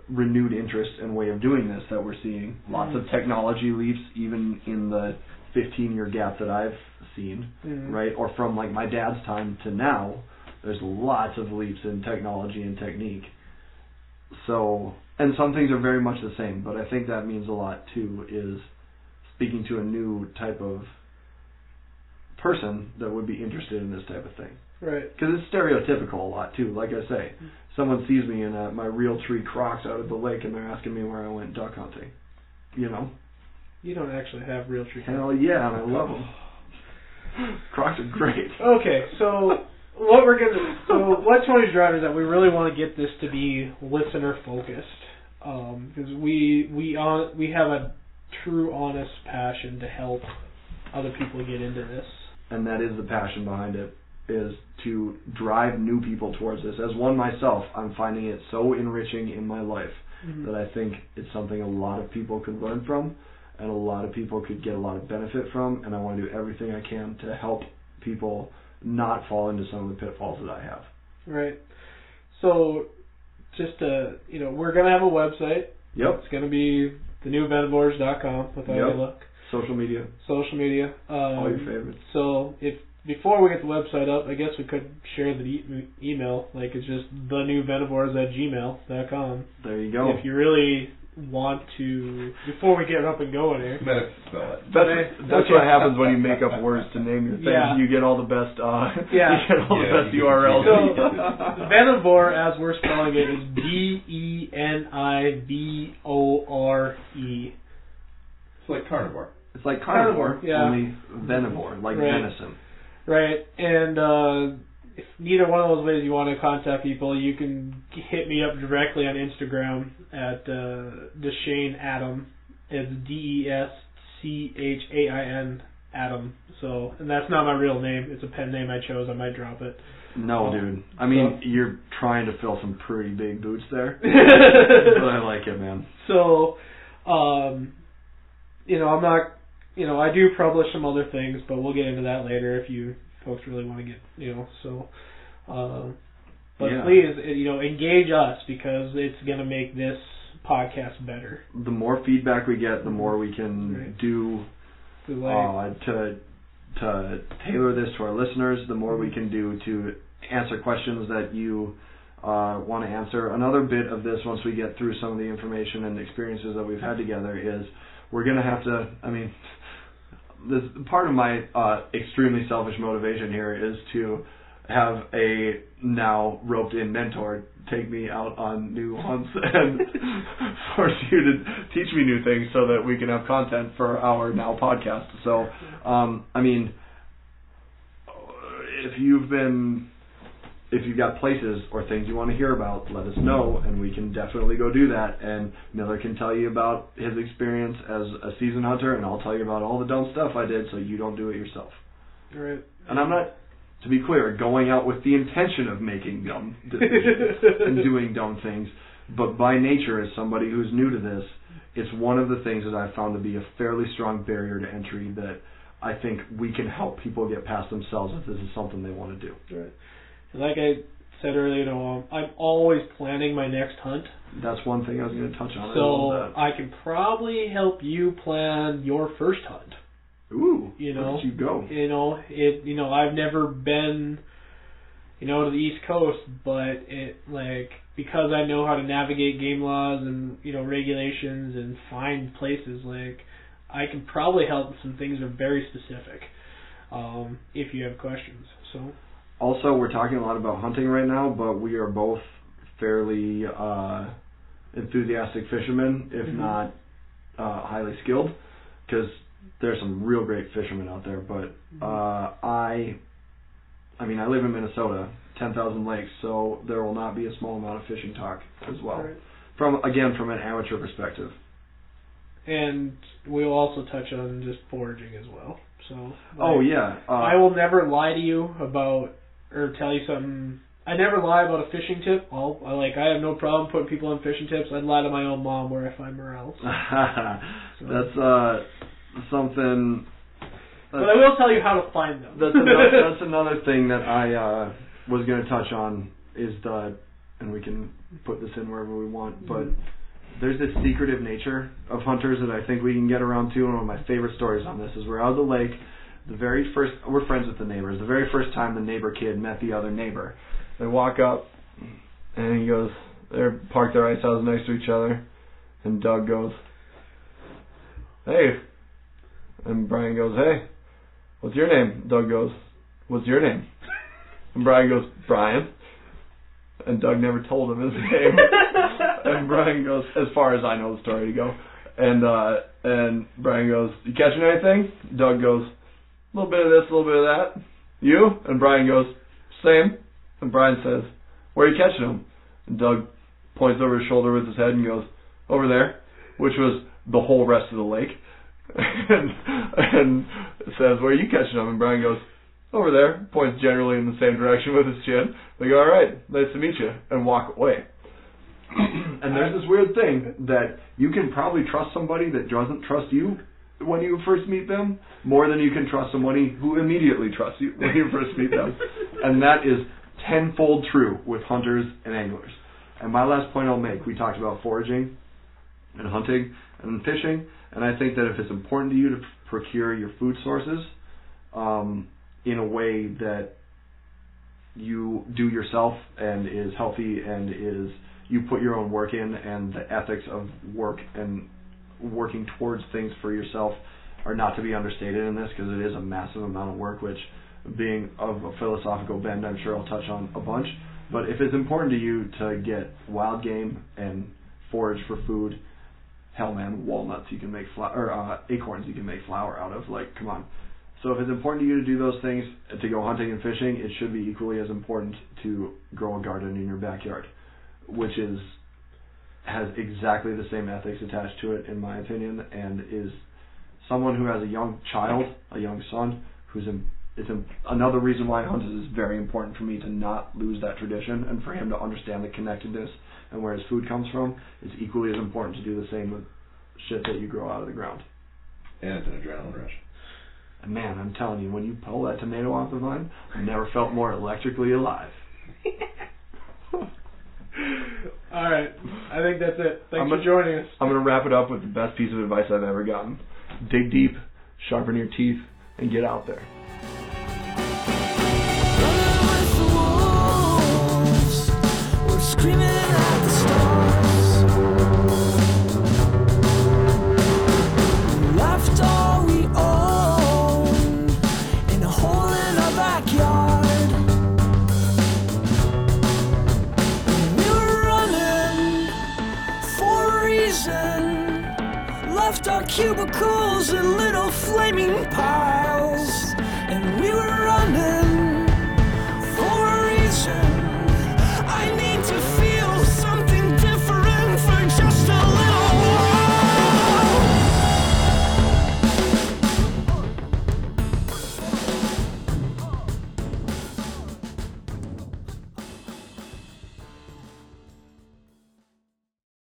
renewed interest and way of doing this that we're seeing. Lots of technology leaps, even in the 15 year gap that I've seen, Mhm. right? Or from like my dad's time to now, there's lots of leaps in technology and technique. So, and some things are very much the same, but I think that means a lot too is speaking to a new type of person that would be interested in this type of thing Right. because it's stereotypical a lot too. Like I say, someone sees me in uh, my real tree crocs out at the lake, and they're asking me where I went duck hunting. You know, You don't actually have real tree. hell yeah, and I love them. Crocs are great. Okay, so what we're gonna so what's one of the drivers that we really want to get this to be listener focused because we we on we have a true honest passion to help other people get into this. and that is the passion behind it is to drive new people towards this as one myself i'm finding it so enriching in my life that i think it's something a lot of people could learn from and a lot of people could get a lot of benefit from and i want to do everything i can to help people not fall into some of the pitfalls that i have Right. So just to you know we're gonna have a website. yep It's gonna be the new com without Yep. any luck. social media Social media. Um, all your favorites So if before we get the website up, I guess we could share the e- email. Like it's just the new Venivores at gmail.com. there you go If you really want to, before we get up and going here. Better spell it. That's, that's Okay. what happens when you make up words to name your things. Yeah. You get all the best. Uh, [LAUGHS] Yeah. you get all Yeah, the best you can- URLs. So- [LAUGHS] Yeah. Venivore, as we're spelling it, is D E N I V O R E. It's like carnivore. it's like carnivore, Carnivore, yeah. only venivore like Right. venison Right, and uh, if neither one of those ways you want to contact people, you can hit me up directly on Instagram at uh, Deshane Adam. It's D E S C H A I N Adam. So, and that's not my real name. It's a pen name I chose. I might drop it. No, dude. I mean, you're trying to fill some pretty big boots there, [LAUGHS] but I like it, man. so, um, you know, I'm not. You know, I do publish some other things, but we'll get into that later if you folks really want to get. You know, so. Um, But Yeah. please, eh, you know, engage us because it's going to make this podcast better. The more feedback we get, the more we can Right. do We like, uh, to to tailor this to our listeners. The more we can do to answer questions that you uh, want to answer. Another bit of this, once we get through some of the information and experiences that we've had together, is we're gonna have to. I mean, [LAUGHS] this part of my uh, extremely selfish motivation here is to have a now roped in mentor take me out on new hunts [LAUGHS] and force you to teach me new things so that we can have content for our now podcast. So, um, I mean, if you've been if you've got places or things you want to hear about, let us know, and we can definitely go do that. And Miller can tell you about his experience as a season hunter, and I'll tell you about all the dumb stuff I did, so you don't do it yourself. right. And [LAUGHS] I'm not, to be clear, going out with the intention of making dumb [LAUGHS] decisions and doing dumb things. But by nature, as somebody who's new to this, it's one of the things that I've found to be a fairly strong barrier to entry that I think we can help people get past themselves if this is something they want to do. Right. Like I said earlier, you know, um, I'm always planning my next hunt, That's one thing I was going to touch on. I so love I can probably help you plan your first hunt. that. ooh, you where know, did you go? You know, it. You know, I've never been, you know, to the East Coast, but it like because I know how to navigate game laws and you know regulations and find places. Like, I can probably help with some things that are very specific. Um, if you have questions, so Also, we're talking a lot about hunting right now, but we are both fairly uh, enthusiastic fishermen, if Mhm. not uh, highly skilled, because there's some real great fishermen out there. But Mm-hmm. uh, I, I mean, I live in Minnesota, 10,000 lakes, so there will not be a small amount of fishing talk as well. Right. From again, from an amateur perspective. and we'll also touch on just foraging as well. So Oh like, yeah. Uh, I will never lie to you about or tell you something. I never lie about a fishing tip. I'll, I like I have no problem putting people on fishing tips. I'd lie to my own mom where I find [LAUGHS] morels. that's uh, something. But I will tell you how to find them. that's [LAUGHS] another, that's another thing that I uh, was going to touch on is the, and we can put this in wherever we want, but there's this secretive nature of hunters that I think we can get around to. And one of my favorite stories on this is we're out of the lake. The very first, we're friends with the neighbors. The very first time the neighbor kid met the other neighbor, they walk up, and he goes, they're parked their ice houses next to each other, and Doug goes, hey, and Brian goes, hey, what's your name? Doug goes, what's your name? And Brian goes, Brian. And Doug never told him his name. and Brian goes, as far as I know the story to go. And uh and Brian goes, You catching anything? Doug goes, A little bit of this, a little bit of that. You? And Brian goes, Same. And Brian says, Where are you catching them? And Doug points over his shoulder with his head and goes, Over there which was the whole rest of the lake. [LAUGHS] and and says, Where are you catching them? And Brian goes, over there, points generally in the same direction with his chin. They go, all right, nice to meet you, and walk away. [CLEARS THROAT] and there's this weird thing that you can probably trust somebody that doesn't trust you when you first meet them more than you can trust somebody who immediately trusts you when you first meet [LAUGHS] them. and that is tenfold true with hunters and anglers. And my last point I'll make, we talked about foraging and hunting and fishing, and I think that if it's important to you to procure your food sources, um, in a way that you do yourself and is healthy and is you put your own work in and the ethics of work and working towards things for yourself are not to be understated in this because it is a massive amount of work which being of a philosophical bend I'm sure I'll touch on a bunch but if it's important to you to get wild game and forage for food hell man walnuts you can make flour or uh, acorns you can make flour out of like come on so if it's important to you to do those things, uh, to go hunting and fishing, it should be equally as important to grow a garden in your backyard, which is has exactly the same ethics attached to it, in my opinion, and is someone who has a young child, a young son, who's in, it's in, another reason why hunters is very important for me to not lose that tradition and for him to understand the connectedness and where his food comes from. It's equally as important to do the same with shit that you grow out of the ground. And it's an adrenaline rush. And Man, I'm telling you, when you pull that tomato off the vine, I never felt more electrically alive. All right. I think that's it. Thanks I'm for a- joining us. I'm gonna wrap it up with the best piece of advice I've ever gotten: dig deep, sharpen your teeth, and get out there. Running with the wolves, we're screaming at the stars. Left all we own in a hole in our backyard. We were running for a reason. Left our cubicles in little flaming piles.